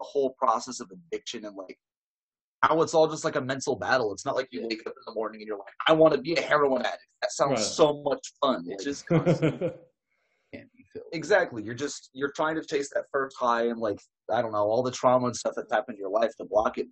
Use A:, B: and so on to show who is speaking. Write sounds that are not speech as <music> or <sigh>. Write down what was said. A: whole process of addiction and like how it's all just like a mental battle. It's not like you wake up in the morning and you're like, I want to be a heroin addict. That sounds
B: Right.
A: so much fun. It <laughs> just
C: can't be filled.
A: exactly. You're just you're trying to chase that first high and like I don't know all the trauma and stuff that's happened in your life to block it.